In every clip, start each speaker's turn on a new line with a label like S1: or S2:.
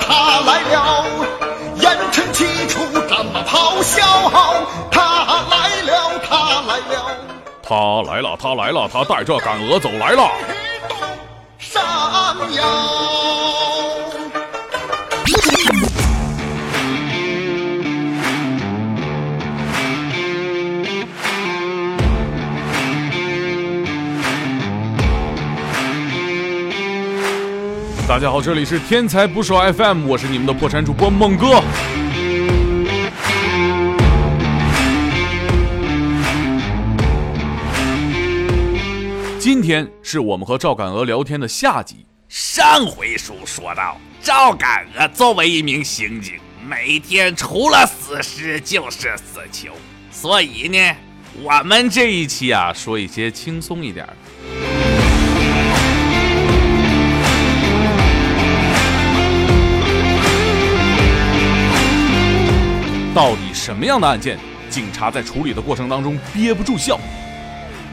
S1: 他来了，烟尘起处战马咆哮，他来了，他来了，
S2: 他来了，他来了，他带着赶鹅走来了。
S1: 日东山摇。
S2: 大家好，这里是天才捕手 FM，我是你们的破产主播猛哥。今天是我们和赵敢鹅聊天的下集。
S3: 上回书说到，赵敢鹅作为一名刑警，每天除了死尸就是死囚，所以呢，我
S2: 我们这一期啊，说一些轻松一点儿的。到底什么样的案件，警察在处理的过程当中憋不住笑？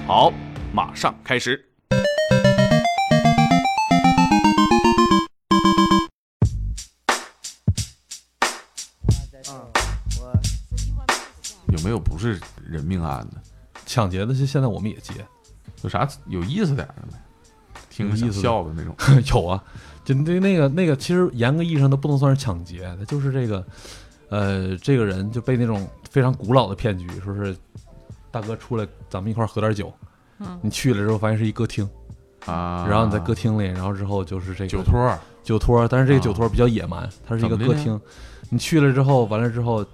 S2: 好，马上开始。有没有不是人命案的？
S4: 抢劫的， 现现在我们也接，
S2: 有啥有意思点儿的没？听着
S4: 有
S2: 想
S4: 意思的
S2: 笑的那种。
S4: 有啊，就那那个那个，其实严格意义上它不能算是抢劫，它就是这个，呃，这个人就被那种非常古老的骗局，说是大哥出来，咱们一块儿喝点酒，
S5: 嗯
S4: 你去了之后发现是一歌厅，
S2: 啊，
S4: 然后你在歌厅里，然后之后就是这个
S2: 酒托儿
S4: 酒托，但是这个
S2: 啊
S4: 酒托比较野蛮，它是一个
S2: 怎么
S4: 歌
S2: 的呢
S4: 厅，你去了之后，完了之后，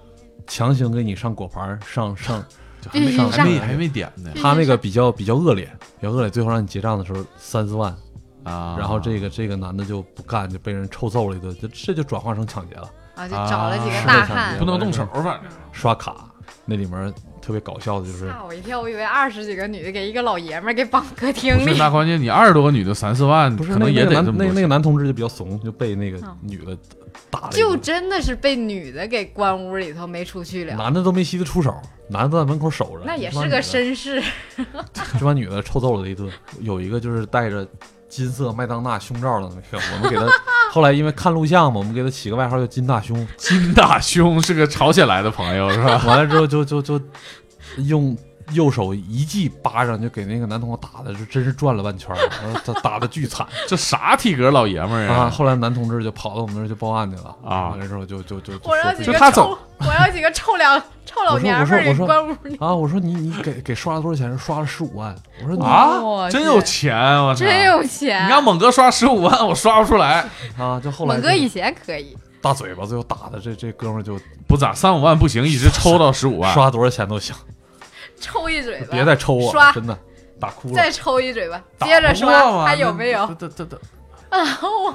S4: 强行给你上果盘儿，上上
S2: 就还
S5: 必须
S2: 没还没
S4: 上
S2: 还没点呢
S5: 对
S4: 他那个比较比较恶劣，比较恶劣，最后让你结账的时候三四万，
S2: 啊，
S4: 然后这个这个男的就不干，就被人臭揍了一顿，这这就转化成抢劫了，
S5: 啊，就找了几个
S4: 啊
S5: 大
S4: 是的
S5: 汉
S4: 是
S2: 不
S4: 的，
S2: 能动手，反正
S4: 刷卡。那里面特别搞笑的就是，
S5: 啊吓我一跳，我以为二十几个女的给一个老爷们儿给绑客厅
S2: 不是
S5: 里。
S2: 那关键你二十多个女的三四万，
S4: 不是
S2: 可能
S4: 那
S2: 也得
S4: 那个
S2: 这么
S4: 男那
S2: 多
S4: 那个
S2: 钱。
S4: 男同志就比较怂，就被那个
S5: 嗯
S4: 女的打了一
S5: 就
S4: 顿，
S5: 真的是被女的给关屋里头，没出去了。
S4: 男的都没稀得出手，男的都在门口守着。
S5: 那也
S4: 这帮
S5: 是个
S4: 女的
S5: 绅士，
S4: 这帮女的臭揍了一顿。有一个就是戴着金色麦当娜胸罩的那个，我们给 他后来因为看录像嘛，我们给他起个外号叫金大胸。
S2: 金大胸是个朝鲜来的朋友是吧？
S4: 完了之后就就就用右手一记巴掌就给那个男同学打的，就真是转了半圈儿， 然后他打的巨惨
S2: 这啥体格老爷们儿
S4: 啊！
S2: 啊？
S4: 后来男同志就跑到我们那儿就报案去了
S2: 啊
S4: 完了之后就就就就
S5: 我
S4: 说
S5: 要
S4: 这
S5: 几
S2: 就
S5: 个
S2: 他
S5: 臭，我要几个臭老臭老
S4: 我说
S5: 娘
S4: 我
S5: 们
S4: 说
S5: 儿给
S4: 我说
S5: 关屋里。
S4: 啊！我说你你给给刷了多少钱？刷了十五万。我说你
S2: 啊，
S5: 哇
S2: 真有钱，啊我操！
S5: 真有钱
S2: 你，让猛哥刷十五万，我刷不出来，
S4: 啊，就后来
S5: 猛哥
S4: 就
S5: 以前可以，
S4: 大嘴巴，最后打的这这哥们儿就
S2: 不咋三五万不行，一直抽到十五万。
S4: 刷多少钱都行，
S5: 抽一嘴巴，
S4: 别再抽我了，
S5: 刷
S4: 真的打哭了
S5: 再。抽一嘴巴，
S2: 打不
S5: 接着
S2: 过
S5: 说
S2: 嘛
S5: 还有没有？？
S2: 这 这这，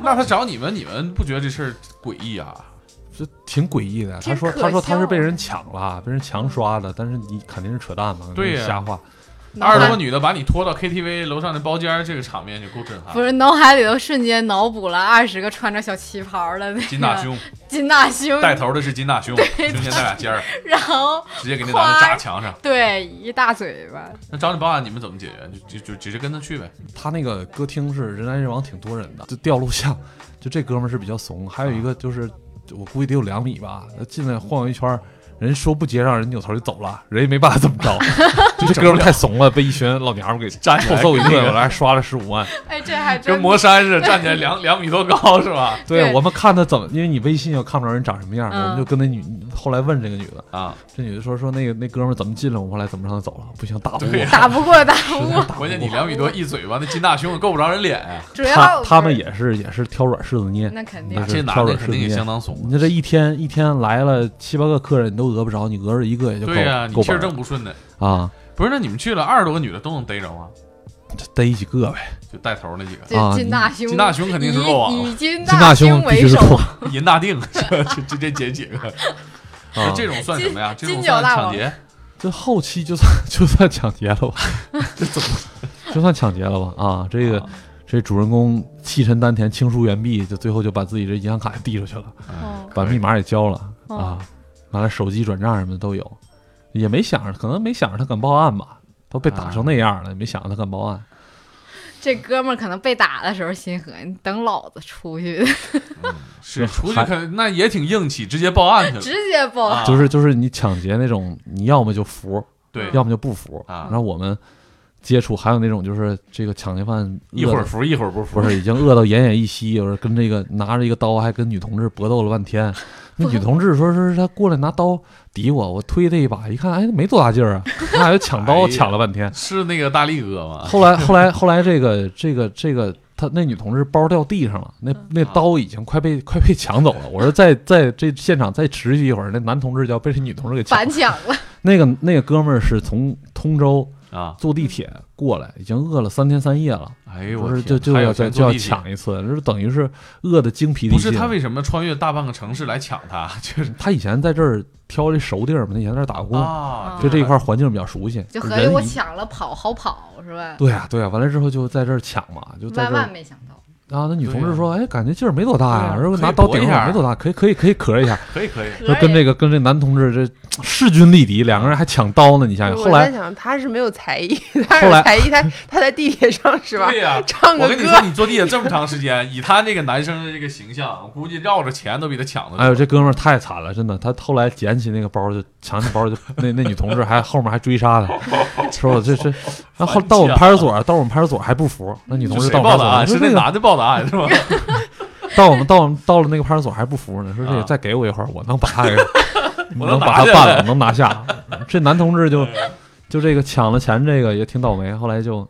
S2: 那他找你们，你们不觉得这事儿诡异啊？
S4: 这挺诡异的。他
S5: 挺
S4: 说
S5: 可
S4: 他说他
S5: 笑啊
S4: 是被
S5: 的
S4: 人抢了，被人强刷的，但是你肯定是扯淡嘛，
S2: 对呀
S4: 瞎话。
S5: 脑
S2: 二十
S5: 海
S2: 多个女的把你拖到 KTV 楼上的包间儿，这个场面就够震撼
S5: 不。是脑海里头瞬间脑补了二十个穿着小旗袍的那个
S2: 金大胸
S5: 金大胸，
S2: 带头的是金大胸，胸前带俩尖儿，
S5: 然后
S2: 直接给那男的扎墙上。
S5: 对一大嘴巴，
S2: 那找你报案，你们怎么解决？就就就直接跟他去呗。
S4: 他那个歌厅是人来人往，挺多人的，就调录像。 就这哥们儿是比较怂，还有一个就是我估计得有两米吧，他进来晃悠一圈儿，人说不接，让人扭头就走了，人也没办法怎么 着。就这哥们儿太怂了，被一群老娘们 给
S2: 站
S4: 臭揍一顿，我还刷了十五万。
S5: 哎，这还
S2: 跟
S5: 真
S2: 魔山似的，站起来两两米多高是吧？
S4: 对
S5: 对
S4: 我们看他怎么，因为你微信又看不着人长什么样，
S5: 嗯
S4: 我们就跟那女后来问这个女的，
S2: 啊，
S4: 这女的说说那个那哥们儿怎么进来，我们后来怎么让他走了，不行打不过
S2: 对，
S5: 打不过打不
S4: 实在
S5: 过，
S4: 打不过
S2: 关键你两米多一嘴巴，那金大胸够不着人脸啊呀。
S5: 主要
S4: 他
S5: 不是
S4: 他们也是也是挑软柿子捏。
S5: 那肯定
S4: 那
S2: 这
S4: 是
S2: 男
S4: 挑
S2: 的
S4: 软
S2: 肯
S4: 柿子
S2: 定也
S4: 捏
S2: 相。当怂。
S4: 你这一天一天来了七八个客人，你都讹不着，你讹着一个也就够
S2: 对呀、你
S4: 够
S2: 气
S4: 本
S2: 儿
S4: 儿
S2: 正不顺的。
S4: 啊，
S2: 不是，那你们去了二十多个女的都能逮着吗？
S4: 这逮一起个呗。
S2: 就带头那几个，
S4: 啊
S5: 这金大胸，
S2: 金大胸肯定是落网了
S5: 以以金
S4: 金大
S5: 胸
S4: 胸必
S5: 为
S4: 须是
S5: 首，
S4: 够
S2: 银大定就直接解几个。
S4: 啊，
S2: 这种算什么呀？这
S5: 金
S2: 种
S5: 金角
S2: 算
S5: 大
S2: 抢
S5: 王
S2: 劫？
S4: 这后期就算 就算抢劫了 吧，这怎么就算抢劫了吧？啊，这个
S2: 啊
S4: 这主人公气沉丹田，倾诉原币，就最后就把自己这银行卡递出去了，
S5: 哦
S4: 把
S2: 可以
S4: 密码也交了
S5: 哦
S4: 啊，完了手机转账什么的都有，也
S2: 啊
S4: 没想着，可能没想着他敢报案吧，都被打成那样了，也没想着他敢报案。
S5: 这哥们儿可能被打的时候心狠，你等老子出去，
S2: 是
S4: 是
S2: 出去
S4: 还
S2: 看那也挺硬气，直接报案去了。
S5: 直接爆。
S2: 啊
S4: 就是就是你抢劫那种，你要么就服，
S2: 对，
S4: 要么就不服
S2: 啊
S4: 然后我们接触还有那种就是这个抢劫犯
S2: 一
S4: 饿
S2: 会
S4: 得
S2: 儿服一会儿不服
S4: 不，是已经饿到奄奄一息，有人跟这个拿着一个刀还跟女同志搏斗了半天。那女同志说是她过来拿刀抵我，我推她一把，一看哎没多大劲儿啊，他俩就抢
S2: 哎
S4: 刀
S2: 呀
S4: 抢了半天。
S2: 是那个大力哥吗？
S4: 后来后来后来这个这个这个他那女同志包掉地上了，那那
S2: 啊
S4: 刀已经快被快被抢走了。我说再再这现场再持续一会儿，那男同志就要被这女同志给抢
S5: 反。抢了，
S4: 那个那个哥们儿是从通州
S2: 啊，
S4: 坐地铁过来，已经饿了三天三夜了。
S2: 哎呦
S4: 不
S2: 我
S4: 是
S2: 天，
S4: 就就
S2: 还有
S4: 要
S2: 钱
S4: 再
S2: 坐
S4: 就要
S2: 地铁，
S4: 抢一次，就是等于是饿的精疲力
S2: 不
S4: 尽。
S2: 是他为什么穿越大半个城市来抢他？就是
S4: 他以前在这儿挑这熟地儿嘛，他以前在这儿打工，
S2: 啊，
S4: 哦对这一块环境比较熟悉。
S5: 就合计
S4: 人
S5: 我
S4: 一
S5: 抢了跑好跑是吧？
S4: 对啊对啊，完了之后就在这儿抢嘛，就在
S5: 万
S4: 这儿
S5: 万没想到，
S4: 啊。那女同
S2: 对啊
S4: 志说：“哎，感觉劲儿没多大呀，
S2: 对啊
S4: 然后
S2: 可以
S4: 拿刀
S2: 搏一
S4: 顶
S2: 下
S4: 上没多大，可以可以可以咳一下。”
S2: 可以可以，
S4: 就跟这个跟这男同志这势均力敌，两个人还抢刀呢。你想想，
S6: 我
S4: 后来
S6: 在想他是没有才艺， 他
S4: 后
S6: 有
S4: 来
S6: 才艺，他他在地铁上是吧
S2: 对？呀。
S6: 唱
S2: 我
S6: 个
S2: 跟你
S6: 歌
S2: 说，，你坐地铁这么长时间，以他这个男生的这个形象，我估计绕着钱都比他抢的多。
S4: 哎呦，这哥们儿太惨了，真的。他后来捡起那个包，就抢起包，就那那女同志还后面还追 杀他，说我这这，然后到我们派出所，到我们派出所还不服，那女同
S2: 是
S4: 志
S2: 啊谁
S4: 到我
S2: 报
S4: 们
S2: 的
S4: 派
S2: 案？
S4: 出
S2: 是
S4: 所说
S2: 那
S4: 这个
S2: 男的报的案是 吧？
S4: 到我们到我们到了那个派出所还不服呢，说这
S2: 啊
S4: 个再给我一会儿，我能把他给
S2: 我
S4: 能
S2: 能
S4: 把
S2: 拿
S4: 他
S2: 下
S4: 办
S2: 来哎
S4: 了，能 拿下。这男同志就就这个抢了钱，这个也挺倒霉，后来就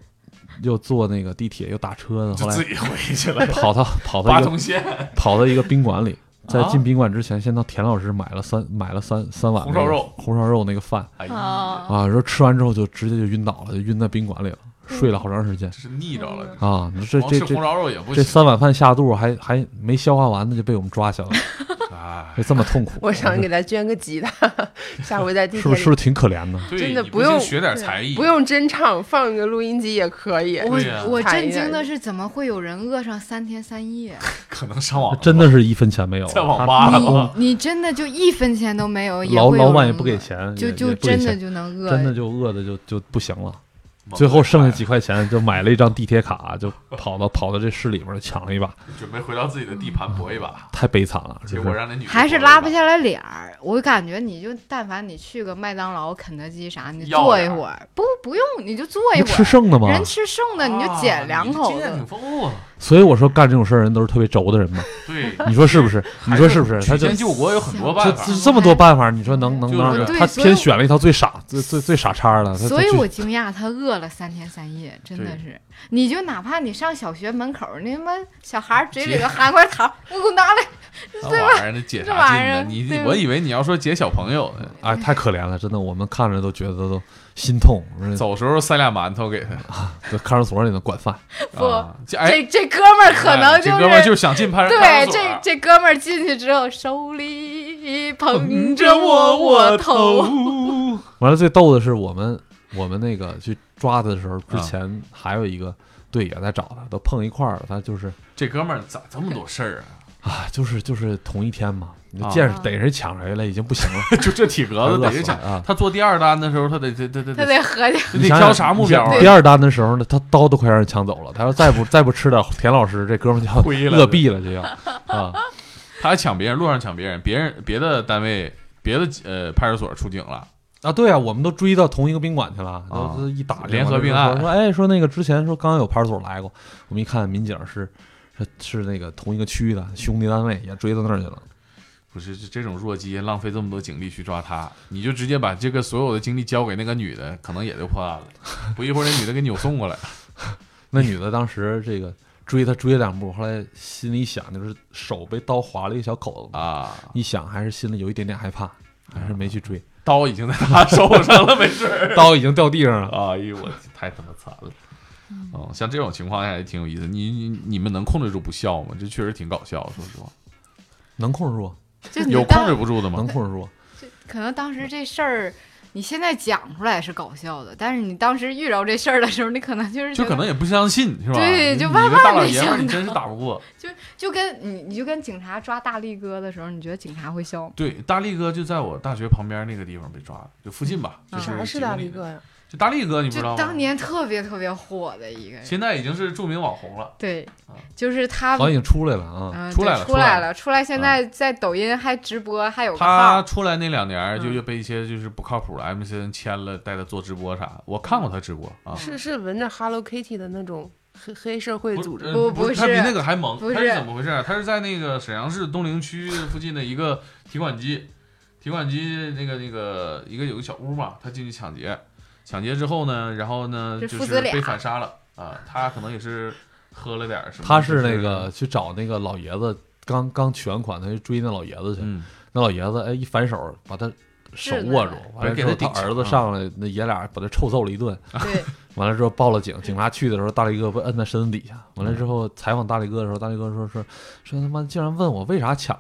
S4: 又坐那个地铁又打车呢，后
S2: 就
S4: 来
S2: 自己回去了，
S4: 跑到跑到
S2: 八
S4: 一个
S2: 通线
S4: 跑到一个宾馆里，在
S2: 啊
S4: 进宾馆之前，先到田老师买了三买了三三碗
S2: 红烧
S4: 那个
S2: 肉
S4: 红烧肉那个饭
S2: 哎呀，
S5: 啊，
S4: 啊，然后吃完之后就直接就晕倒了，就晕在宾馆里了，
S5: 哦
S4: 睡了好长时间
S2: 这是腻着了。
S4: 啊。这
S2: 光
S4: 这
S2: 吃
S4: 这
S2: 红烧肉也不
S4: 这
S2: 行
S4: 三碗饭下肚还还没消化完呢，就被我们抓起来了，
S2: 啊！
S4: 就这么痛苦。
S6: 我想
S4: 是
S6: 给他捐个吉他，下回在地
S4: 是
S6: 铁
S4: 不是是
S6: 里
S4: 不是挺可怜的？
S2: 对，
S6: 真的
S2: 你
S6: 不
S2: 信
S6: 用
S2: 学点才艺，
S6: 不用真唱，放个录音机也可以。
S5: 我
S2: 对呀
S5: 我
S6: 惨
S5: 震
S6: 一点
S5: 惊的是，怎么会有人饿上三天三 夜？
S2: 可能上网了
S4: 真的是一分钱没有，
S2: 啊在网
S4: 他
S2: 吧
S4: 他
S2: 了
S4: 光
S2: 吧
S5: 你真的就一分钱都没有，也
S4: 啊老
S5: 会有
S4: 老板也
S5: 人
S4: 不
S5: 饿，
S4: 给钱，
S5: 就
S4: 也
S5: 就
S4: 也不给
S5: 真的
S4: 钱
S5: 就能饿，
S4: 真的就饿的就就不行了。
S2: 猛
S4: 最后剩下
S2: 来
S4: 几块钱，就买了一张地铁卡，就跑到跑到这市里边儿抢了一把，
S2: 准备回到自己的地盘搏一把，
S4: 太悲惨了。
S2: 结
S4: 就
S2: 果
S4: 嗯是
S2: 让那女的
S5: 还是
S2: 搏了一
S5: 拉
S2: 把
S5: 不下来脸儿。我感觉你就但凡你去个麦当劳、肯德基啥，你
S2: 要
S5: 坐一
S2: 点儿
S5: 会儿，不不用你就坐一
S4: 那
S5: 会
S4: 吃
S5: 儿，
S4: 剩的吗？
S5: 啊人吃剩的你就
S2: 啊
S5: 捡两
S2: 你这
S5: 口
S2: 经验
S5: 子
S2: 挺，丰富啊。
S4: 所以我说干这种事儿人都是特别轴的人 嘛，
S2: 对，
S4: 你说是不是？你说是不是？
S2: 曲
S4: 他就
S2: 线救国有很多
S5: 啊
S2: 办
S4: 这
S2: 法
S4: 这，这么多办法，你说能能能
S2: 就
S4: 让
S2: 是
S4: 他
S5: 对
S4: 偏选了一套最傻、最最最傻叉的，他
S5: 所以
S4: 他就
S5: 我惊讶他饿了三天三夜，真的
S2: 对
S5: 是。你就哪怕你上小学门口儿，那他妈小孩儿嘴里头含块糖，我给我拿来，
S2: 那啊玩意儿那解
S5: 这
S2: 啥
S5: 玩
S2: 劲
S5: 意
S2: 呢？
S5: 儿
S2: 你
S5: 对
S2: 我以为你要说解小朋友呢，
S4: 哎太可怜了，真的，我们看着都觉得都心痛。走，
S2: 走时候塞俩馒头给他
S4: 这看守所里的管饭，
S5: 不
S2: 啊，这哎，
S5: 这这哥们儿可能。
S2: 哎这哥们儿就是想进派出
S5: 对，
S2: 所
S5: 这
S2: 啊
S5: 这哥们儿进去之后，手里捧着窝窝头，
S4: 完了最逗的是我们我们那个去抓他的时候，之前还有一个队也在找他，都碰一块儿了，他就是
S2: 这哥们儿咋这么多事儿啊？
S4: 啊，就是就是同一天嘛，你就
S2: 啊
S4: 见着逮谁抢谁了，已经不行了。
S2: 就这体格子
S4: 饿
S2: 得
S4: 死
S2: 是
S4: 了
S2: 想
S4: 啊，
S2: 他做第二单的时候，他得得得得
S5: 他得合计
S2: 得
S4: 想
S2: 挑
S4: 想
S2: 啥
S4: 你
S2: 目
S4: 想
S2: 标啊？
S4: 第二单的时候呢，他刀都快让人抢走了。他 要再不再不吃点田老师，这哥们就要
S2: 亏了
S4: 饿毙了，就要啊！
S2: 他还抢别人，路上抢别人，别人别的单位、别的呃派出所出警了，
S4: 啊，对啊，我们都追到同一个宾馆去了，
S2: 啊
S4: 都都一打听
S2: 联合
S4: 完
S2: 并
S4: 之后
S2: 案
S4: 说哎，说那个之前说刚有派出所来过，我们一看民警是是是那个同一个区的兄弟单位，也追到那儿去了。
S2: 不是这这种弱鸡，浪费这么多警力去抓他，你就直接把这个所有的精力交给那个女的，可能也就破案了。不一会儿，那女的给扭送过来，
S4: 那女的当时这个追他追了两步，后来心里想就是手被刀划了一个小口子，
S2: 啊，
S4: 一想还是心里有一点点害怕，还是没去 追，
S2: 刀已经在他手上了，没事儿。
S4: 刀已经掉地上了。
S2: 哎呦我太他妈惨了。
S5: 嗯
S2: 哦，像这种情况下也挺有意思。你你你们能控制住不笑吗？这确实挺搞笑，说实话。
S4: 能控制住，
S5: 就你
S2: 有控
S5: 当
S2: 制不住的
S4: 能
S2: 吗？
S4: 控制住。
S5: 可能当时这事儿，你现在讲出来是搞笑的，但是你当时遇着这事儿的时候，你可能就是
S2: 就
S5: 觉
S2: 可
S5: 得
S2: 能也不相信，是吧？
S5: 对
S2: 你
S5: 就
S2: 你
S5: 万
S2: 一个大
S5: 万
S2: 老
S5: 没
S2: 爷们儿，
S5: 想
S2: 你真是打不过。
S5: 就就跟你你就跟警察抓大力哥的时候，你觉得警察会笑吗？
S2: 对，大力哥就在我大学旁边那个地方被抓的，就附近吧。
S5: 嗯
S2: 就是
S6: 啥是大力哥呀？
S2: 这大力哥你不知
S5: 就
S2: 道啊
S5: 当
S2: 吗？
S5: 年特别特别火的一个人。
S2: 现在已经是著名网红了。
S5: 对
S2: 啊，
S5: 就是他，
S4: 好像已经出来了啊。
S5: 嗯，
S2: 出
S5: 对
S2: 来了
S5: 出
S2: 出来
S5: 来
S2: 了啊
S5: 了，出来，现在在抖音还直播，还有个
S2: 他
S5: 号，
S2: 出来那两年儿就
S5: 嗯
S2: 就被一些就是不靠谱的 MCN 签了，带他做直播
S5: 嗯
S2: 啥。我看过他直播啊，
S6: 是是闻着 Hello Kitty 的那种黑黑社会
S2: 不
S6: 组织，
S2: 呃
S5: 不
S2: 不
S5: 不
S2: 他比
S5: 是
S2: 那个还猛。
S5: 不
S2: 他是
S5: 是
S2: 怎么回事儿？他是在那个沈阳市东陵区附近的一个提款机， 提款机那个那个一个有个小屋嘛，他进去抢劫，抢劫之后呢，然后呢
S5: 这
S2: 就
S5: 父
S2: 是
S5: 子俩
S2: 被反杀了啊。他可能也是喝了点儿什么。
S4: 他是
S2: 就
S4: 那个去找那个老爷子，刚刚取完款，他就追那老爷子去。
S2: 嗯，
S4: 那老爷子哎一反手把他手
S5: 是的
S4: 握住，完了
S2: 给
S4: 之后
S2: 他
S4: 他
S2: 顶
S4: 儿子
S2: 上
S4: 上来，那爷俩把他臭揍了一顿。
S5: 对，
S4: 完了之后报了警，警察去的时候，大力哥被摁在身子底下。完了
S2: 嗯
S4: 之后采访大力哥的时候，大力哥说说说他妈竟然问我为啥 抢，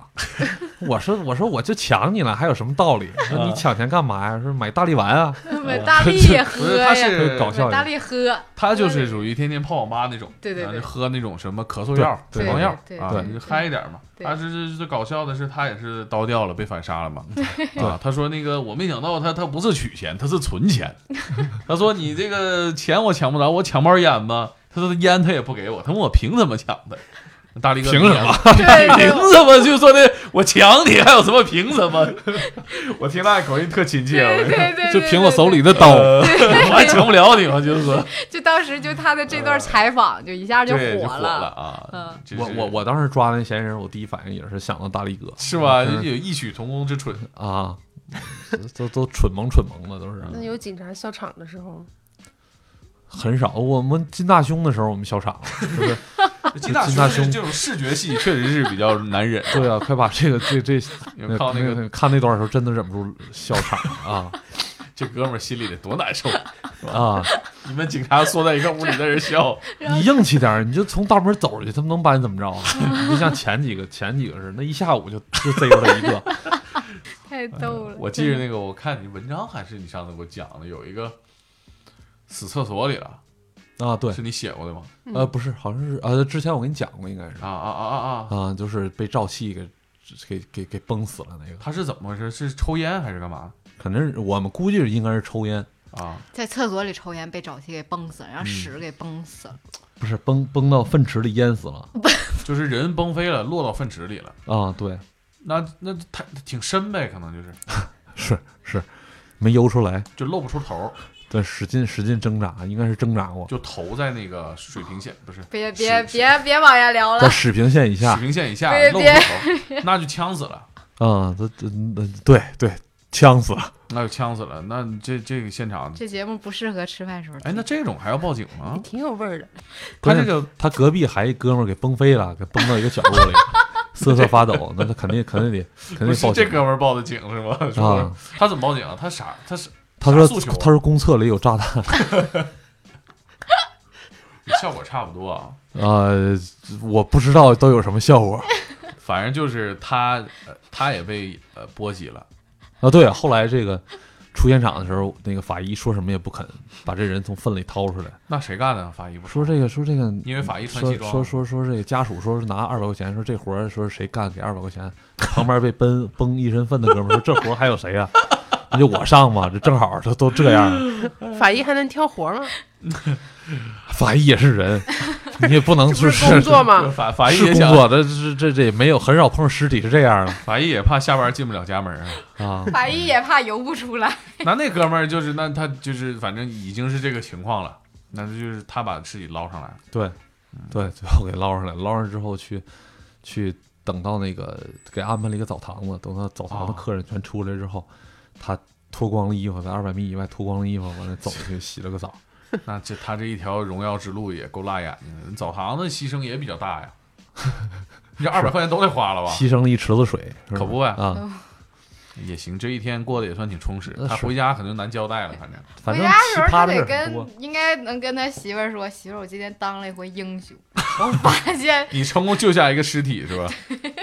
S4: 我说我说我就抢你了，还有什么道理？说
S2: 啊
S4: 你抢钱干嘛呀？说买大力丸啊，
S5: 买 大力
S2: 哦不
S5: 喝
S2: 是他
S5: 呀，
S2: 是
S4: 搞笑
S5: 买大力 喝，
S2: 他就是属于天天泡网吧那种，
S5: 对对
S2: 然后
S5: 对
S2: 就喝那种什么咳嗽药、处
S4: 对
S2: 方药
S5: 对对
S2: 啊，
S4: 对
S2: 你就
S5: 对
S2: 嗨一点嘛。
S5: 对
S2: 他是是最搞笑的是，他也是刀掉了，被反杀 了嘛。啊，他说那个我没想到他他不是取钱，他是存 钱。他说你这个钱我抢不着，我抢包烟吧。他说烟他也不给我，他问我凭什么抢的？大力哥
S4: 凭什么？
S5: 对
S2: 凭
S5: 对
S2: 什么就说的我抢你还有什么凭什么？ 我听那口音特亲切，我
S5: 对对对，
S4: 就
S5: 对
S4: 凭我手，里的刀。
S2: 呃我还抢不了你吗？就是说。
S5: 对就当时就他的这段采访就一下就
S2: 呃对，就
S5: 火
S2: 了
S5: 了，
S2: 啊
S5: 嗯！
S2: 就是
S4: 我我我当时抓那嫌疑人，我第一反应也是想到大力哥
S2: 是吧？
S4: 嗯
S2: 有异曲同工之 处，
S4: 啊，都都蠢萌蠢萌的都是。
S6: 那有警察笑场的时候，
S4: 很少，我们金大胸的时候我们笑场了，是不是？
S2: 金
S4: 大
S2: 大
S4: 胸
S2: 胸这种视觉系确实是比较难忍。
S4: 对啊，快把这个这这
S2: 你们靠那个
S4: 个 看那段的时候，真的忍不住笑场啊
S2: 这哥们儿心里得多难受，
S4: 啊！
S2: 你们警察缩在一个屋里在这 笑，
S4: 你硬气点儿，你就从大门走出去，他们能把你怎么着啊？ 你就像前几个前几个似的，那一下午就就逮着他一个。
S5: 太逗了。
S2: 我记着那个，我看你文章还是你上次给我讲的，有一个死厕所里了，
S4: 啊，对
S2: 是，你写过的吗？
S4: 呃，不是，好像是呃，之前我跟你讲过，应该是
S2: 啊啊啊啊啊！
S4: 啊，就是被赵气给给给给崩死了那个，
S2: 他是怎么回事？是抽烟还是干嘛
S4: 肯定是我们估计应该是抽烟，
S2: 啊？
S5: 在厕所里抽烟被沼气给崩死了，让屎给崩死了。
S4: 不是崩崩到粪池里淹死了
S2: 就是人崩飞了，落到粪池里了。
S4: 啊，对，
S2: 那那他挺深呗，可能就是
S4: 是是，没游出来，
S2: 就露不出头，
S4: 但使劲使劲挣扎，应该是挣扎过，
S2: 就头在那个水平线，不是
S5: 别
S2: 是
S5: 别
S2: 是
S5: 别别往下聊
S4: 在
S5: 了，
S4: 水平线以下
S2: 水，平线以下
S5: 别
S2: 露不
S5: 别
S2: 出 头，那就呛死了，
S4: 啊，他他那对对，呛死了，
S2: 那就呛死了。那这这个现场，
S5: 这节目不适合吃饭时候听。
S2: 哎，那这种还要报警吗？
S6: 挺有味儿的。
S2: 他
S4: 不
S2: 这
S4: 是
S2: 个
S4: 他隔壁还一哥们儿给崩飞了，给崩到一个角落里，瑟瑟发抖，那他肯定肯定得肯
S2: 不
S4: 定
S2: 是
S4: 报
S2: 这
S4: 警。啊
S2: 哥们儿报的警是吗？说他怎么报警啊？他啥？他是
S4: 他
S2: 啥
S4: 说
S2: 诉求啊
S4: 他说公厕里有炸弹
S2: 效果差不多啊，
S4: 啊，我不知道都有什么效果
S2: 反正就是他呃他也被呃波及了，
S4: 啊。对，后来这个出现场的时候，那个法医说什么也不肯把这人从粪里掏出来，
S2: 那谁干的？法医不
S4: 说这个说这个
S2: 因为法医穿
S4: 说
S2: 西装
S4: 说说说这个家属说是拿二百块钱，说这活儿说是谁干给二百块 钱，旁边被崩崩一身粪的哥们儿说这活儿还有谁呀、那就我上吧，这正好这都这样了，
S6: 法医还能挑活 吗？
S4: 法医也是人，你也不能
S6: 这不
S4: 就是
S6: 工
S2: 对
S6: 作 吗？
S2: 法法医
S4: 是
S2: 也
S4: 工
S2: 想，
S4: 作，这这这这也没有很少碰尸体是这样的
S2: 法医也怕下班进不了家门啊。
S4: 啊。
S5: 法医也怕游不出来，
S2: 那那哥们儿就是，那他就是，反正已经是这个情况了，那就是他把尸体捞上来了。
S4: 对，
S2: 嗯
S4: 对，最后给捞上来，捞上之后去去等到那个给安排了一个澡堂子，等到澡堂子
S2: 哦
S4: 客人全出来之后，他脱光了衣服，在二百米以外脱光了衣服，完了走去洗了个澡。
S2: 那这他这一条荣耀之路也够辣眼睛的，人澡堂子牺牲也比较大呀。 你这二百块钱都得花了吧？
S4: 牺牲了一池子水，是吧
S2: 可不呗
S5: 嗯
S4: 啊，
S2: 也行，这一天过得也算挺充实
S4: 那。
S2: 他
S4: 是
S2: 回家可就难交代了，反正
S4: 反
S5: 回
S4: 正
S5: 家的时
S4: 奇
S5: 候
S4: 葩
S5: 他
S4: 的事
S5: 得
S4: 儿很多。
S5: 跟应该能跟他媳妇儿说，媳妇儿，我今天当了一回英雄，我发现
S2: 你成功救下一个尸体是吧？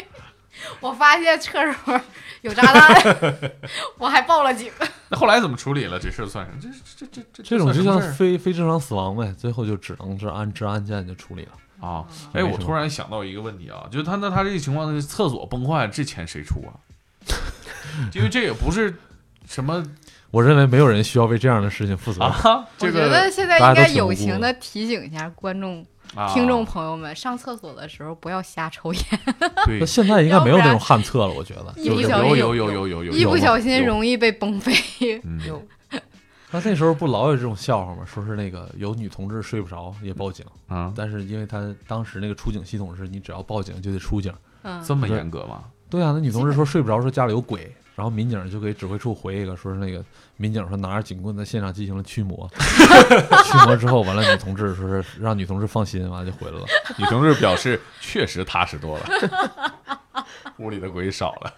S5: 我发现厕所有炸弹，我还报了警。
S2: 那后来怎么处理了？这事儿算是这这这这
S4: 这种
S2: 算
S4: 就
S2: 什
S4: 像
S2: 么事儿
S4: 非非正常死亡呗，最后就只能是按治安件就处理了。
S2: 啊！哎，
S4: 嗯没
S2: 我
S4: 什
S2: 突
S4: 么
S2: 然想到一个问题啊，就是他那他这个情况， 厕所崩坏这钱谁出啊？因为这也不是什么
S4: 我认为没有人需要为这样的事情负责。
S2: 啊，
S5: 我
S2: 这
S5: 觉
S2: 个
S5: 得现在
S4: 大
S5: 应
S4: 家
S5: 该
S4: 都挺无
S5: 友
S4: 辜
S5: 情
S4: 的
S5: 的提醒一下观众、
S2: 啊
S5: 听众朋友们，上厕所的时候不要瞎抽烟，
S2: 对
S4: 那，现在应该没有那种旱厕了，我觉得。
S5: 一
S2: 有
S5: 不
S2: 有
S5: 小
S2: 有
S5: 心
S2: 有有有有有，
S5: 一不小心
S2: 有
S5: 容易被崩飞。
S2: 嗯
S6: 有
S4: 他那时候不老有这种笑话吗？说是那个有女同志睡不着也报警，
S2: 啊，
S4: 但是因为他当时那个出警系统是你只要报警就得出警。
S5: 嗯，
S2: 这么严格吗？
S4: 对啊，那女同志说睡不着，说家里有鬼，然后民警就给指挥处回一个，说是那个民警说拿着警棍在现场进行了驱魔，驱魔之后完了，女同志说是让女同志放心，完了就回来了。
S2: 女同志表示确实踏实多了， 屋里的鬼少了。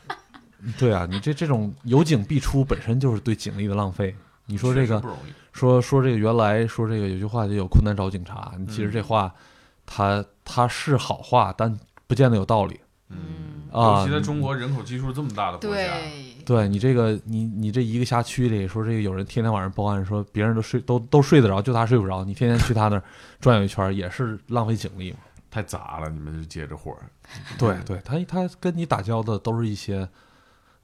S4: 对啊，你这这种有警必出本身就是对警力的浪费。你说这
S2: 确实
S4: 个
S2: 不容易，
S4: 说说这个原来说这个有句话就有困难找警察，你其实这话，它它是好话，但不见得有道理
S5: 嗯，
S2: 尤
S4: 啊
S2: 其。在中国人口基数这么大的国家，
S5: 对，
S4: 对你这个你你这一个辖区里说这个有人天天晚上报案说别人都睡都都睡得着，就他睡不着，你天天去他那 儿转悠一圈儿也是浪费警力嘛。
S2: 太杂了，你们就接着火。
S4: 对
S2: 嗯
S4: 对，他他跟你打交道的都是一些。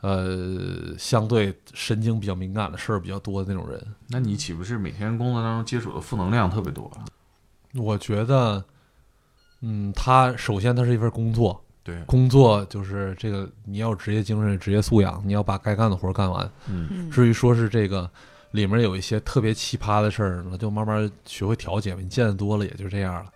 S4: 呃，相对神经比较敏感的事儿比较多的那种人，
S2: 那你岂不是每天工作当中接触的负能量特别多？啊
S4: 我觉得，嗯，它首先它是一份工作，
S2: 对，
S4: 工作就是这个你要有职业精神、职业素养，你要把该干的活儿干完。
S2: 嗯，
S5: 嗯
S4: 至于说是这个里面有一些特别奇葩的事儿，那就慢慢学会调节吧。你见得多了也就这样了。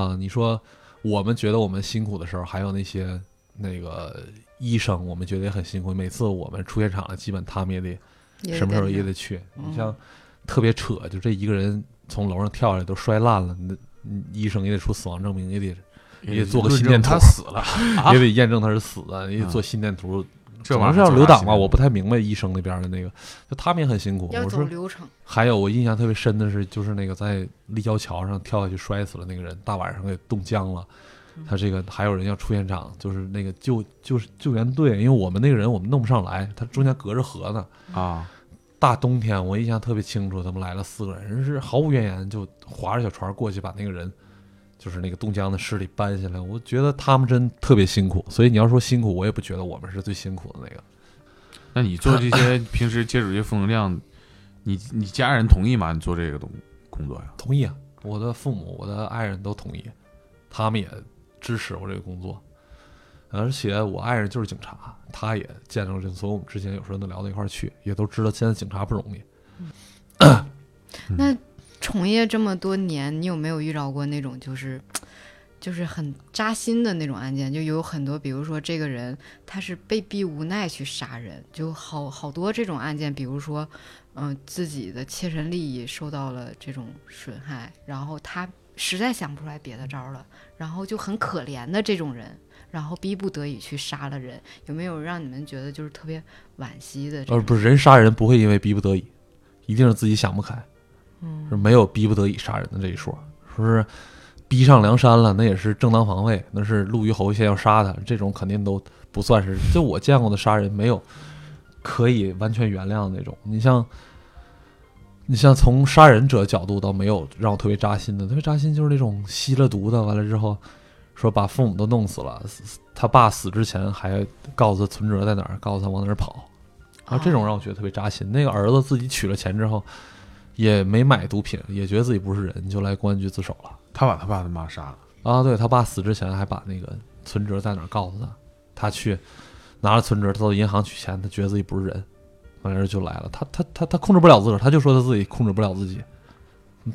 S4: 啊、你说我们觉得我们辛苦的时候，还有那些那个医生，我们觉得也很辛苦。每次我们出现场了，基本他们也得
S5: 也
S4: 什么时候
S5: 跟
S4: 也
S5: 着
S4: 得去。你
S5: 嗯
S4: 像特别扯，就这一个人从楼上跳下来都摔烂了，那你医生也得出死亡证明，也得也得做个心电图
S2: 他死了， 嗯
S4: 也得验证他是死的，也得做心电图。
S2: 这
S4: 总
S2: 玩意
S4: 是
S2: 儿
S4: 要
S2: 做
S4: 留
S2: 啥
S4: 档
S2: 心
S4: 吧？
S2: 电
S4: 我
S2: 图
S4: 不太明白医生那边的那个，就他们也很辛苦。
S5: 要
S4: 我
S5: 走
S4: 说
S5: 流程，
S4: 还有，我印象特别深的是，就是那个在立交桥上跳下去摔死了那个人，大晚上给冻僵了。
S5: 嗯
S4: 他这个还有人要出现场，就是那个救就是救援队，因为我们那个人我们弄不上来，他中间隔着河呢。
S2: 啊，
S4: 大冬天，我印象特别清楚，他们来了四个人，人是毫无怨言就划着小船过去把那个人，就是那个冻僵的尸体搬下来。我觉得他们真特别辛苦，所以你要说辛苦，我也不觉得我们是最辛苦的那个。
S2: 那你做这些平时接触这些负能量，你你家人同意吗？你做这个东工作呀？
S4: 同意啊，我的父母、我的爱人都同意，他们也支持我这个工作，而且我爱人就是警察，他也见证了这个，所以我们之前有时候能聊到一块儿去，也都知道现在警察不容易。
S5: 从业这么多年，你有没有遇到过那种就是，就是很扎心的那种案件？就有很多，比如说这个人他是被逼无奈去杀人，就好好多这种案件，比如说，嗯、自己的切身利益受到了这种损害，然后他实在想不出来别的招儿了，然后就很可怜的这种人。然后逼不得已去杀了人，有没有让你们觉得就是特别惋惜的这种？
S4: 呃，不是人杀人不会因为逼不得已，一定是自己想不开，
S5: 嗯
S4: 是没有逼不得已杀人的这一说，说是逼上梁山了，那也是正当防卫，那是陆虞侯先要杀他，这种肯定都不算是。就我见过的杀人，没有可以完全原谅的那种。你像，你像从杀人者角度倒没有让我特别扎心的，特别扎心就是那种吸了毒的，完了之后说把父母都弄死了，死他爸死之前还告诉他存折在哪儿，告诉他往哪儿跑。啊，这
S5: 哦
S4: 种让我觉得特别扎心。那个儿子自己取了钱之后，也没买毒品，也觉得自己不是人，就来公安局自首了。
S2: 他把他爸他妈杀了，
S4: 啊，对他爸死之前还把那个存折在哪儿告诉他，他去拿着存折，他到银行取钱，他觉得自己不是人，完事儿就来了。他他他他控制不了自个儿，他就说他自己控制不了自己。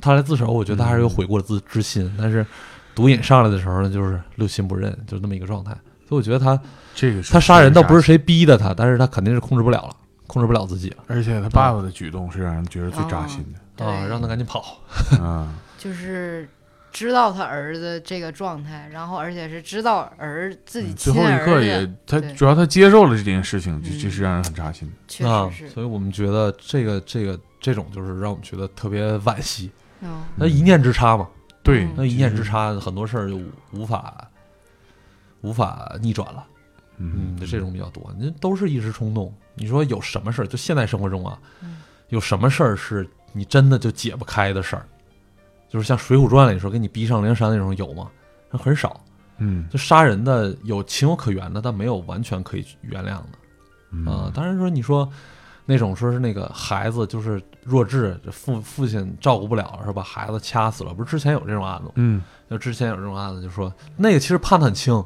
S4: 他来自首，我觉得他还是有悔过之之心，但是毒瘾上来的时候呢，就是六亲不认，就是那么一个状态。所以我觉得他
S2: 这个是
S4: 他杀人倒不是
S2: 是，
S4: 谁逼的他，但是他肯定是控制不了了，控制不了自己了。
S2: 而且他爸爸的举动是让人觉得最扎心的
S5: 对
S4: 啊，让他赶紧跑。
S2: 啊。
S5: 就是知道他儿子这个状态，然后而且是知道儿自己
S2: 嗯最
S5: 亲
S2: 后一
S5: 儿子，
S2: 刻也，他
S5: 对
S2: 主要他接受了这件事情，这这
S5: 嗯
S2: 是让人很扎心的。
S5: 确
S4: 啊
S5: 实是，
S4: 所以我们觉得这个这个这种就是让我们觉得特别惋惜。
S5: 嗯，
S4: 那一念之差嘛，
S2: 对，
S5: 嗯
S4: 那一念之差，很多事儿就无无法无法逆转了。
S2: 嗯
S4: 嗯，，就这种比较多，那都是一时冲动。你说有什么事儿？就现在生活中啊，
S5: 嗯
S4: 有什么事儿是你真的就解不开的事儿？就是像《水浒传》里说给你逼上梁山那种有吗？那很少。
S2: 嗯
S4: 就杀人的有情有可原的，但没有完全可以原谅的。呃
S2: 嗯
S4: 啊、当然说你说那种说是那个孩子就是弱智，父父亲照顾不了，是吧？孩子掐死了，不是之前有这种案子吗？
S2: 嗯，
S4: 就之前有这种案子，就说那个其实判的很轻，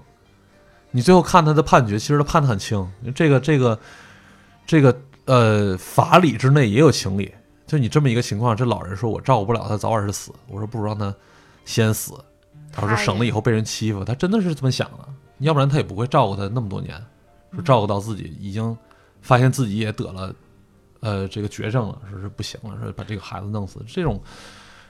S4: 你最后看他的判决，其实他判的很轻。这个这个这个呃，法理之内也有情理。就你这么一个情况，这老人说我照顾不了他，早晚是死。我说不如让他先死，然后
S6: 他
S4: 是省得
S6: 也
S4: 以后被人欺负。他真的是这么想的，要不然他也不会照顾他那么多年，说照顾到自己已经发现自己也得了呃这个绝症了，说是不行了，说把这个孩子弄死。这种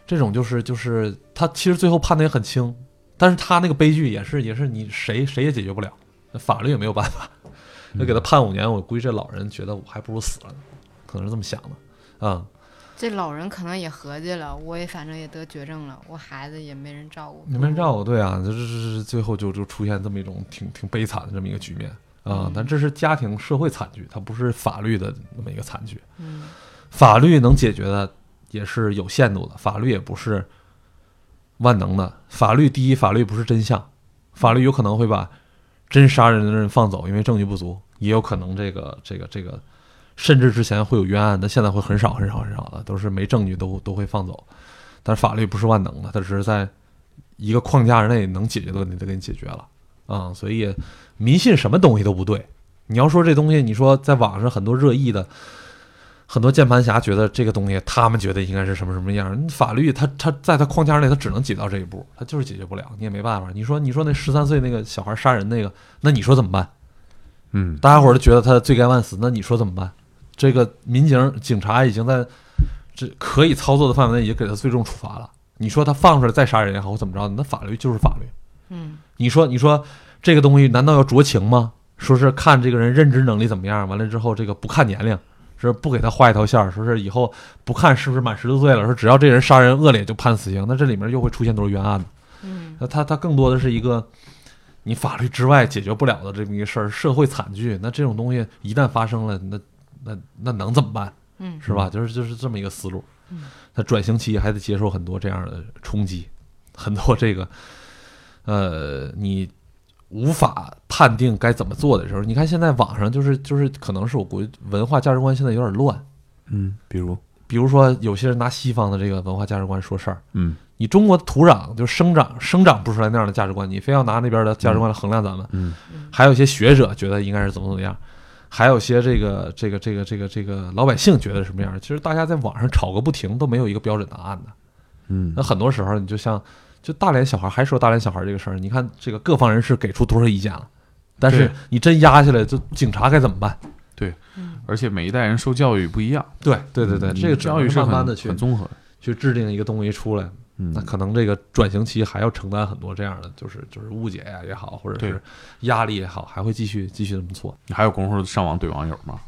S4: 这种就是就是他其实最后判的也很轻，但是他那个悲剧也是也是你谁谁也解决不了，法律也没有办法。那给他判五年，我估计这老人觉得我还不如死了呢，可能是这么想的啊、
S5: 这老人可能也合计了，我也反正也得绝症了，我孩子也没人照顾，
S4: 你们照顾对啊，就是就是最后就就出现这么一种挺挺悲惨的这么一个局面啊、但这是家庭社会惨剧，它不是法律的那么一个惨剧。
S5: 嗯，
S4: 法律能解决的也是有限度的，法律也不是万能的。法律第一，法律不是真相，法律有可能会把真杀人的人放走，因为证据不足，也有可能这个这个这个，甚至之前会有冤案，但现在会很少很少很少的，都是没证据都都会放走。但是法律不是万能的，它只是在一个框架之内能解决的问题，它给你解决了啊、所以迷信什么东西都不对。你要说这东西，你说在网上很多热议的，很多键盘侠觉得这个东西，他们觉得应该是什么什么样。法律它它在它框架内，它只能解到这一步，它就是解决不了，你也没办法。你说你说那十三岁那个小孩杀人那个，那你说怎么办？
S2: 嗯，
S4: 大家伙儿都觉得他罪该万死，那你说怎么办？这个民警警察已经在这可以操作的范围内，已经给他最重处罚了。你说他放出来再杀人也好，或怎么着，那法律就是法律。
S5: 嗯，
S4: 你说你说这个东西难道要酌情吗？说是看这个人认知能力怎么样，完了之后这个不看年龄，是不给他画一条线儿，说是以后不看是不是满十六岁了，说只要这人杀人恶劣就判死刑，那这里面又会出现多少冤案呢？
S5: 嗯，
S4: 那它它更多的是一个你法律之外解决不了的这么一个事儿，社会惨剧。那这种东西一旦发生了，那那那能怎么办？
S5: 嗯
S4: 是吧？就是就是这么一个思路。他转型期还得接受很多这样的冲击，很多这个呃，你无法判定该怎么做的时候，你看现在网上就是就是可能是我国文化价值观现在有点乱，
S2: 嗯，比如，
S4: 比如说有些人拿西方的这个文化价值观说事儿，
S2: 嗯
S4: 你中国的土壤就生长生长不出来那样的价值观，你非要拿那边的价值观来衡量咱们。
S2: 嗯
S4: 还有一些学者觉得应该是怎么怎么样，还有一些这个这个这个这个这个老百姓觉得什么样。其实大家在网上吵个不停，都没有一个标准答案的。
S2: 嗯
S4: 那很多时候，你就像就大连小孩还说大连小孩这个事儿，你看这个各方人士给出多少意见了，但是
S2: 对
S4: 你真压下来，就警察该怎么办？
S2: 而且每一代人受教育不一样，
S4: 对对对对，
S2: 嗯
S4: 这个只
S2: 教
S4: 能
S2: 育是
S4: 慢
S2: 很
S4: 慢的去
S2: 很综合的，
S4: 去制定一个东西出来，
S2: 嗯
S4: 那可能这个转型期还要承担很多这样的，就是就是误解呀也好，或者
S2: 对
S4: 是压力也好，还会继续继续这么做，
S2: 你还有功夫上网怼网友吗？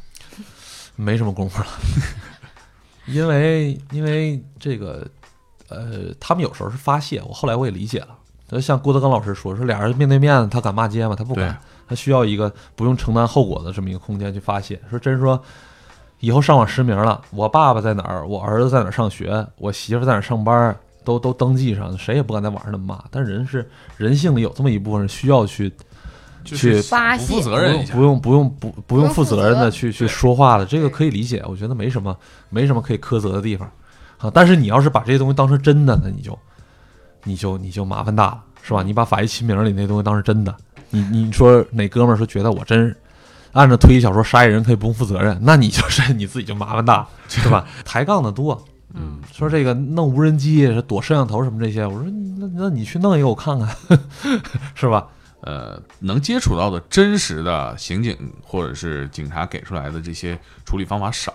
S4: 没什么功夫了。 因为因为这个，呃，他们有时候是发泄，我后来我也理解了。就像郭德纲老师说，说俩人面对面，他敢骂街吗？他不
S2: 对
S4: 敢，他需要一个不用承担后果的这么一个空间去发泄。说真说，以后上网实名了，我爸爸在哪儿，我儿子在哪儿上学，我媳妇在哪儿上班，都都登记上，谁也不敢在网上那么骂。但人是人性里有这么一部分是需要去
S2: 就是
S4: 去
S2: 不负责任一下
S4: 不，用不用不用不不用
S5: 不用负
S4: 负责任
S5: 责
S4: 的去去说话的，这个可以理解，我觉得没什么没什么可以苛责的地方啊。但是你要是把这些东西当成真的，那你就你就你就麻烦大了，是吧？你把法医秦明里那东西当成真的，你你说哪哥们儿说觉得我真按照推理小说杀一人可以不用负责任，那你就是 你自己就麻烦大了，是吧？抬杠的多。
S5: 嗯，
S4: 说这个弄无人机、躲摄像头什么这些，我说那那你去弄一个我看 看，是吧？
S2: 呃，能接触到的真实的刑警或者是警察给出来的这些处理方法少，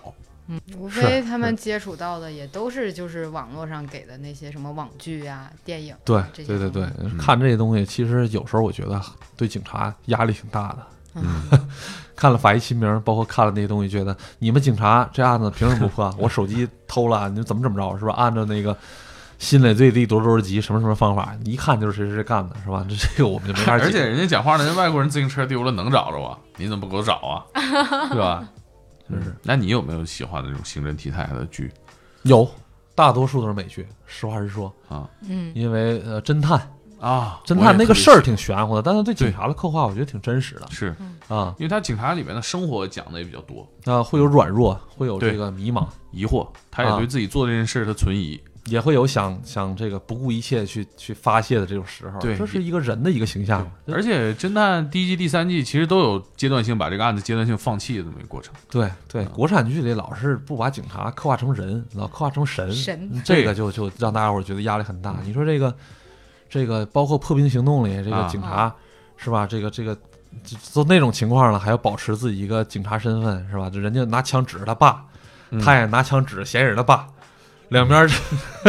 S5: 无
S4: 是
S5: 非他们接触到的也都是就是网络上给的那些什么网剧啊、电影啊，
S4: 对
S5: 这些
S4: 对对嗯
S5: 东
S4: 对
S5: 西，，
S4: 看这些东西，其实有时候我觉得 对警察压力挺大的。
S5: 嗯
S4: 看了《法医秦明》，包括看了那些东西，觉得你们警察这案子凭什么不破？我手机偷了，你们怎么怎么着是吧？按照那个心累最低多少多少级什么什么方法，你一看就是谁谁谁干的是吧？ 这这个我们 就没法解。
S2: 而且人家讲话呢，人外国人自行车丢了能找着啊？你怎么不给我找 啊？对吧？嗯
S4: 就是
S2: 那你有没有喜欢的这种刑侦题材的剧
S4: 有大多数都是美剧，实话实说，
S2: 啊？
S5: 嗯
S4: 因为呃侦探
S2: 啊，
S4: 侦
S2: 我也
S4: 探那
S2: 特
S4: 个
S2: 别
S4: 事儿
S2: 喜
S4: 挺玄乎的，但是对警
S2: 对
S4: 察的刻画，我觉得挺真实的
S2: 是
S4: 啊
S2: 因为他警察里面的生活讲的也比较多，
S4: 啊，会有软弱，会有
S2: 对
S4: 这个迷茫，
S2: 疑惑，他也
S4: 啊
S2: 对自己做这件事儿他存疑，
S4: 也会有想想这个不顾一切去去发泄的这种时候。
S2: 对
S4: 这是一个人的一个形象。
S2: 而且侦探第一季、第三季其实都有阶段性把这个案子阶段性放弃的这么一个过程。
S4: 对对，
S2: 嗯
S4: 国产剧里老是不把警察刻画成人，老刻画成神，
S5: 神
S4: 这个就就让大家伙儿觉得压力很大。
S2: 嗯
S4: 你说这个这个包括《破冰行动》里这个
S2: 啊
S4: 警察、是吧？这个这个就都那种情况了，还要保持自己一个警察身份是吧？这人家拿枪指着他爸，
S2: 嗯
S4: 他也拿枪指着嫌疑人的爸，两边儿就，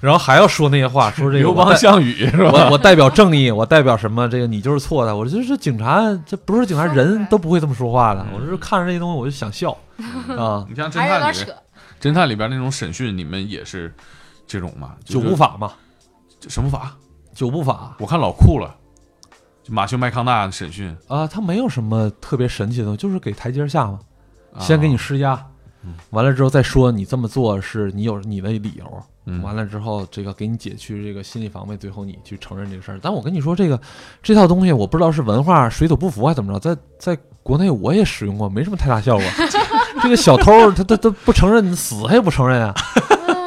S4: 然后还要说那些话，说这个
S2: 刘
S4: 我
S2: 邦
S4: 代
S2: 项羽是吧？
S4: 我我代表正义，我代表什么？这个你就是错的。我觉得这警察，这不是警察，人都不会这么说话的。
S2: 嗯
S4: 我就是看着这些东西，我就想笑 啊。
S2: 你像侦
S7: 还是有点
S2: 探里面，
S7: 扯。
S2: 侦探里边那种审讯，你们也是这种吗？
S4: 九
S2: 就是
S4: 步法嘛，
S2: 什么法？
S4: 九步法
S2: 我看老酷了，就马修麦康纳的审讯，
S4: 啊，他没有什么特别神奇的东西，就是给台阶下嘛，
S2: 啊嗯
S4: 先给你施压，完了之后再说你这么做是你有你的理由，
S2: 嗯
S4: 完了之后这个给你解去这个心理防备，最后你去承认这个事儿。但我跟你说，这个这套东西我不知道是文化水土不服还是啊怎么着，在在国内我也使用过，没什么太大 效果。这个小偷他他他不承认，死他也不承认 啊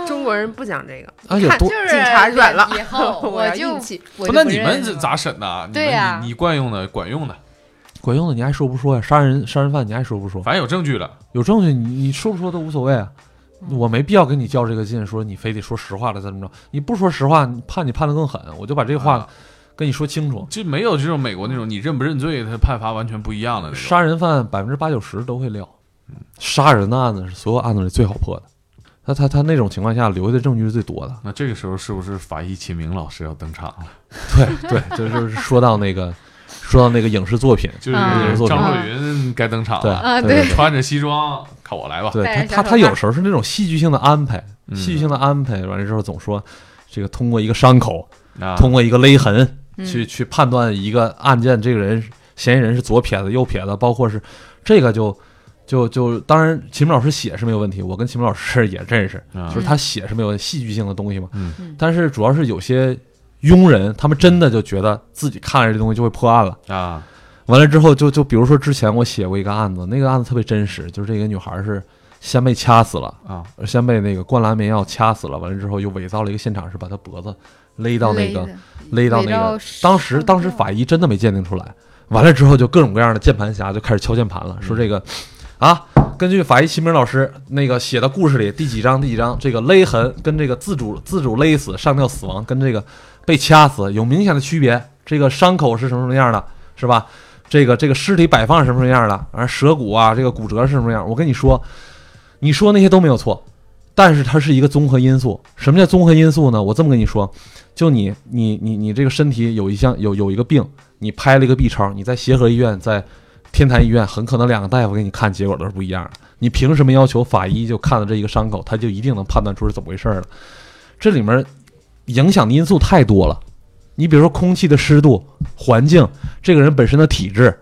S6: 中国人不讲这个，
S4: 啊有
S6: 看
S4: 多
S7: 就是
S6: 警察软了
S7: 以后
S2: 哦
S6: 我
S7: 我
S6: 要
S7: 就
S6: 硬气
S7: 我
S2: 不
S7: 就
S2: 那
S7: 不
S2: 你
S7: 认
S2: 们
S7: 识了
S2: 咋审的？你
S7: 对
S2: 们
S7: 呀
S2: 你你惯用的、管用的，
S4: 管用的，你爱说不说呀？杀人杀人犯你爱说不说？
S2: 反正有证据了，
S4: 有证据，你你说不说都无所谓啊。
S2: 嗯
S4: 我没必要跟你较这个劲，说你非得说实话了怎么着？你不说实话，你判你判的更狠，我就把这话
S2: 啊
S4: 跟你说清楚。
S2: 就没有这种美国那种你认不认罪，他判罚完全不一样的那种。
S4: 杀人犯百分之八九十都会撂，杀人的案子是所有案子里最好破的。他他他那种情况下留下的证据是最 多的。
S2: 那这个时候是不是法医秦明老师要登场了？
S4: 对对，这就是说到那个，说到那个影视作品，
S2: 就是
S5: 啊
S2: 张若昀该登场
S4: 对
S2: 了，
S5: 啊
S4: 对
S5: 对
S2: 穿着西装，看我来吧。
S4: 对
S7: 戴着小
S4: 他他
S7: 手
S4: 他有
S7: 帕
S4: 时候是那种戏剧性的安排，
S2: 嗯
S4: 戏剧性的安排完了之后总说这个通过一个伤口，
S2: 啊，
S4: 通过一个勒痕
S5: 嗯
S4: 去去判断一个案件，这个人嫌疑人是左撇子、右撇子，包括是这个就就就当然秦明老师写是没有问题，我跟秦明老师也认识，
S2: 啊
S4: 就是他写是没有问题戏剧性的东西嘛，
S2: 嗯
S5: 嗯
S4: 但是主要是有些庸人，他们真的就觉得自己看着这东西就会破案了。
S2: 啊，
S4: 完了之后就，就比如说之前我写过一个案子，那个案子特别真实，就是这个女孩是先被掐死了
S2: 啊，
S4: 先被那个灌篮棉药掐死了，完了之后又伪造了一个现场，是把她脖子勒到那个
S5: 勒的
S4: 勒到那
S5: 围绕
S4: 个，当时当时
S5: 上吊
S4: 法医真的没鉴定出来。完了之后，就各种各样的键盘侠就开始敲键盘了，说这个啊，根据法医秦明老师那个写的故事里第几章第几章，这个勒痕跟这个自主自主勒死上吊死亡跟这个被掐死有明显的区别，这个伤口是什么什么样的，是吧？这个这个尸体摆放是什么什么样的，而舌骨啊，这个骨折是什么样？我跟你说，你说那些都没有错，但是它是一个综合因素。什么叫综合因素呢？我这么跟你说，就你你你你这个身体有一项有有一个病，你拍了一个 B 超，你在协和医院在天坛医院，很可能两个大夫给你看结果都是不一样的。你凭什么要求法医就看到这一个伤口，他就一定能判断出是怎么回事儿了？这里面影响的因素太多了。你比如说空气的湿度、环境，这个人本身的体质，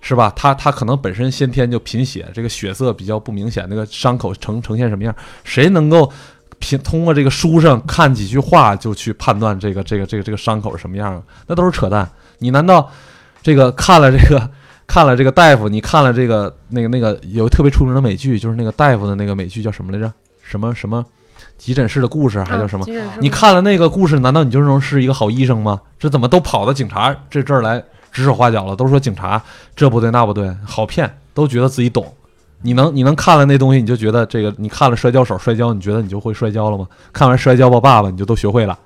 S4: 是吧？他他可能本身先天就贫血，这个血色比较不明显，那个伤口呈呈现什么样，谁能够凭通过这个书上看几句话就去判断这个这个这个这个伤口是什么样的？那都是扯淡。你难道这个看了这个 看了这个大夫，你看了这个那个那个有特别出名的美剧，就是那个大夫的那个美剧叫什么来着？什么什么急诊室的故事还叫什么？
S6: 急诊室
S4: 你看了那个故事，难道你就能是一个好医生吗？这怎么都跑到警察这这儿来指手画脚了？都说警察这不对那不对，好骗，都觉得自己懂。你能你能看了那东西，你就觉得这个你看了摔跤手摔跤，你觉得你就会摔跤了吗？看完摔跤吧爸爸，你就都学会了，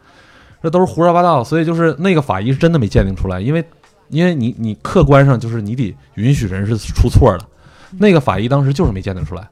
S4: 这都是胡说八道。所以就是那个法医是真的没鉴定出来，因为因为你你客观上就是你得允许人是出错的，那个法医当时就是没鉴定出来，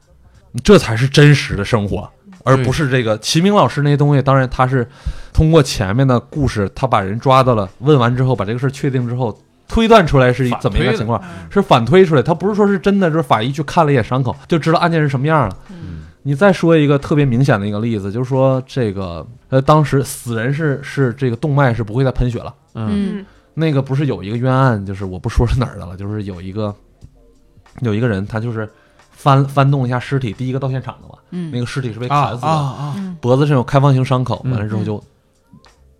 S4: 这才是真实的生活，而不是这个齐明老师那些东西。当然他是通过前面的故事，他把人抓到了，问完之后把这个事儿确定之后。推断出来是一
S2: 反
S4: 怎么一
S2: 推
S4: 个
S2: 的
S4: 情况，是反推出来，他不是说是真的，就是法医去看了一眼伤口就知道案件是什么样了。
S5: 嗯
S4: 你再说一个特别明显的一个例子，就是说这个呃，当时死人是是这个动脉是不会再喷血了。
S2: 嗯
S5: 嗯
S6: 嗯
S4: 那个不是有一个冤案，就是我不说是哪儿的了，就是有一个有一个人他就是翻翻动一下尸体，第一个到现场的嘛，
S5: 嗯
S4: 那个尸体是被
S2: 啊
S4: 砍死的，
S2: 啊啊！
S5: 嗯
S4: 脖子上有开放性伤口，
S2: 嗯
S4: 完了之后就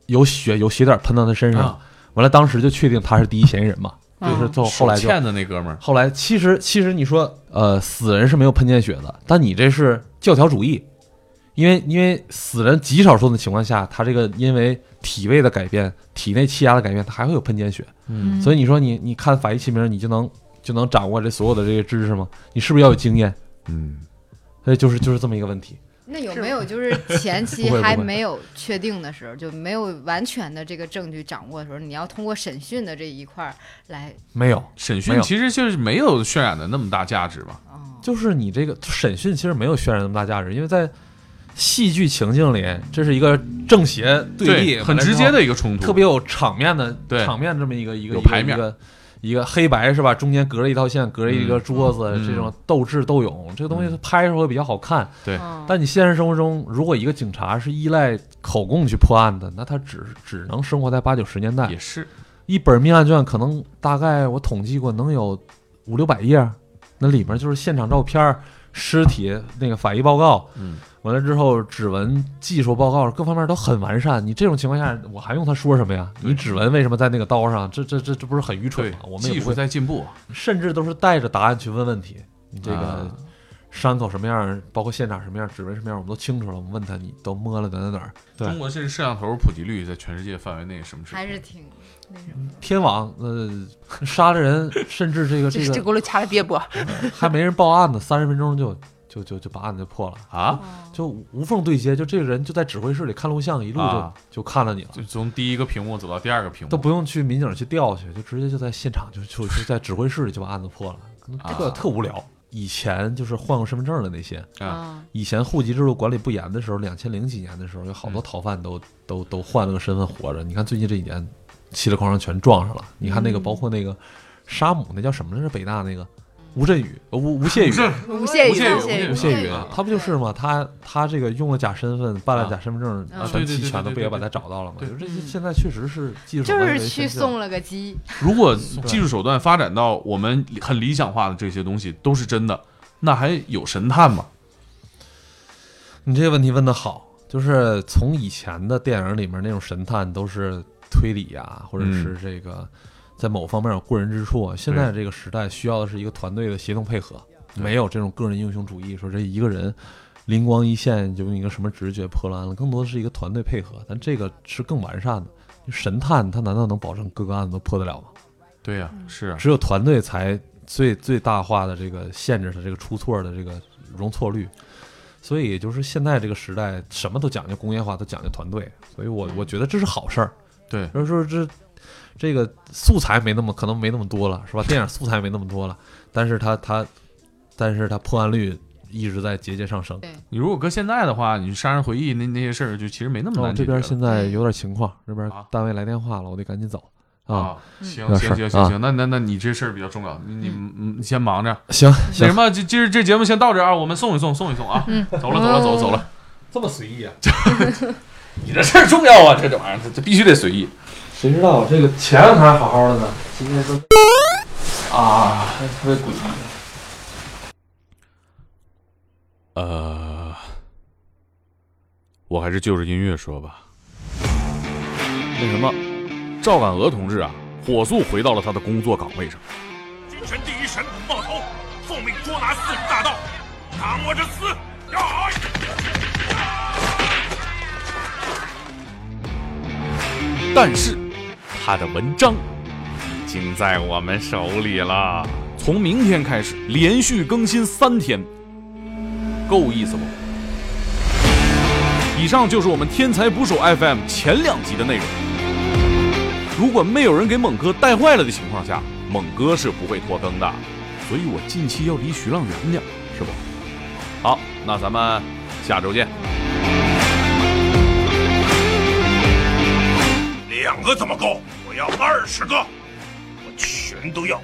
S4: 有血有血点喷到他身上
S2: 啊，
S4: 完了当时就确定他是第一嫌疑人嘛，
S5: 嗯
S4: 就是最后后来就
S2: 欠的那哥们儿，
S4: 后来其实其实你说呃死人是没有喷溅血的，但你这是教条主义，因为因为死人极少数的情况下，他这个因为体位的改变、体内气压的改变，他还会有喷溅血。
S2: 嗯
S4: 所以你说你你看法医秦明，你就能就能掌握这所有的这些知识吗？你是不是要有经验？
S2: 嗯，
S4: 所以就是就是这么一个问题。
S5: 那有
S6: 是
S5: 没有就是 前期
S4: 不会不
S5: 还
S4: 会
S5: 没有确定的时候，就没有完全的这个证据掌握的时候，你要通过审讯的这一块儿来，
S4: 没有，
S2: 审
S4: 没
S2: 讯
S4: 有
S2: 其实就是没有渲染的那么大价值吧？
S5: 哦，
S4: 就是你这个审讯其实没有渲染那么大价值，因为在戏剧情境里，这是一个正邪对立，
S2: 对，很直接的一个冲突，
S4: 特别有场面的
S2: 对
S4: 场面这么一个一个
S2: 有
S4: 一个
S2: 排面
S4: 一个一个黑白是吧？中间隔着一道线，隔着一个桌子，
S2: 嗯
S4: 这种斗智斗勇，这个东西拍出来会比较好看。
S2: 对
S5: 哦
S4: 但你现实生活中，如果一个警察是依赖口供去破案的，那他只只能生活在八九十年代
S2: 也，是，
S4: 一本命案卷可能大概我统计过能有五六百页，那里面就是现场照片儿、尸体那个法医报告，
S2: 嗯，
S4: 完了之后指纹技术报告各方面都很完善。你这种情况下，我还用他说什么呀？
S2: 对
S4: 你指纹为什么在那个刀上？这这这这不是很愚蠢
S2: 对
S4: 吗？，我们
S2: 技
S4: 也不
S2: 术
S4: 会，
S2: 在进步，
S4: 甚至都是带着答案去问问题。你这个
S2: 啊
S4: 伤口什么样，包括现场什么样，指纹什么样，我们都清楚了。我们问他，你都摸了哪哪哪儿？对
S2: 中国是摄像头普及率在全世界范围内什么水
S5: 还
S2: 平？
S5: 是挺那什么的。
S4: 天网，呃，杀了人，甚至这个
S6: 这
S4: 这
S6: 这
S4: 个
S6: 轱辘掐了别播，
S4: 还没人报案呢，三十分钟就就就就把案子就破了，
S2: 啊？
S5: 哦
S4: 就无缝对接。就这个人就在指挥室里看录像，一路就、
S2: 啊
S4: 就看到你了。
S2: 就从第一个屏幕走到第二个屏
S4: 都
S2: 幕，
S4: 不用去民警去调去，就直接就在现场就就就在指挥室里就把案子破了，
S2: 啊
S4: 这个特无聊。以前就是换过身份证的那些，
S5: 啊，
S4: 以前户籍制度管理不严的时候，两千零几年的时候，有好
S2: 嗯
S4: 多逃犯都、都都换了个身份活着。你看最近这几年，稀里哐啷全撞上了。你看那个，
S5: 嗯
S4: 包括那个沙姆，那叫什么来着？北大那个吴镇宇，呃吴吴 谢宇，
S5: 嗯
S6: 无限
S2: 无限
S6: 无
S2: 宇
S6: 限
S2: 无
S4: 吴谢
S2: 限
S4: 宇
S2: 啊，
S4: 他不就是吗？他他这个用了假身份，办了假身份证，
S5: 啊
S4: 全
S2: 对对
S4: 齐
S2: 对对
S4: 全都
S2: 对
S4: 不也
S2: 对
S4: 把他
S2: 对
S4: 找到了吗？
S2: 对
S4: 就这现在确实是技术
S5: 就
S4: 完全
S5: 是去
S4: 先进
S5: 送了个鸡，
S2: 如果技术手段发展到我们很理想化的这些东西都是真的，那还有神探吗？
S4: 你这个问题问的好，就是从以前的电影里面那种神探都是推理呀、或者是这个在某方面有过人之处啊。现在这个时代需要的是一个团队的协同配合，没有这种个人英雄主义，说这一个人灵光一现就用一个什么直觉破了案了，更多的是一个团队配合。但这个是更完善的。神探他难道能保证各个案子都破得了吗？
S2: 对呀、是啊，
S4: 只有团队才最最大化的这个限制它这个出错的这个容错率。所以就是现在这个时代，什么都讲究工业化，都讲究团队。所以我我觉得这是好事儿。
S2: 对，
S4: 就是说这这个素材没那么可能没那么多了，是吧？电影素材没那么多了，但是它它但是它破案率一直在节节上升。
S2: 你如果搁现在的话，你杀人回忆那那些事儿，就其实没那么
S4: 哦，
S2: 难解
S4: 这
S2: 决了、
S4: 边现在有点情况，这边
S2: 啊
S4: 单位来电话了，我得赶紧走啊。
S2: 啊，
S5: 嗯
S2: 行
S4: 有
S2: 行
S4: 事
S2: 行
S4: 儿
S2: 行
S4: 啊
S2: 行，那那那你这事儿比较重要，你你嗯你先忙着。
S4: 行
S2: 那
S4: 行
S2: 什，么，这今儿这节目先到这儿啊，我们送一送，送一送啊，走了走了走了走了，
S4: 哦这么随意啊？
S2: 你这事儿重要啊，这这玩意儿这这必须得随意。
S4: 谁知道这个前两天还好好的呢，今天都啊，特别诡异。
S2: 呃，我还是就着音乐说吧。那什么，赵敢娥同志啊，火速回到了他的工作岗位上。
S7: 军权第一神武报头，奉命捉拿四十大盗，挡我这厮！呀！
S3: 但是他的文章已经在我们手里了。
S2: 从明天开始，连续更新三天，够意思不？以上就是我们天才捕手 FM 前两集的内容。如果没有人给猛哥带坏了的情况下，猛哥是不会拖更的，所以我近期要离徐浪远点儿，是不？好，那咱们下周见。
S7: 两个怎么够？我要二十个，我全都要。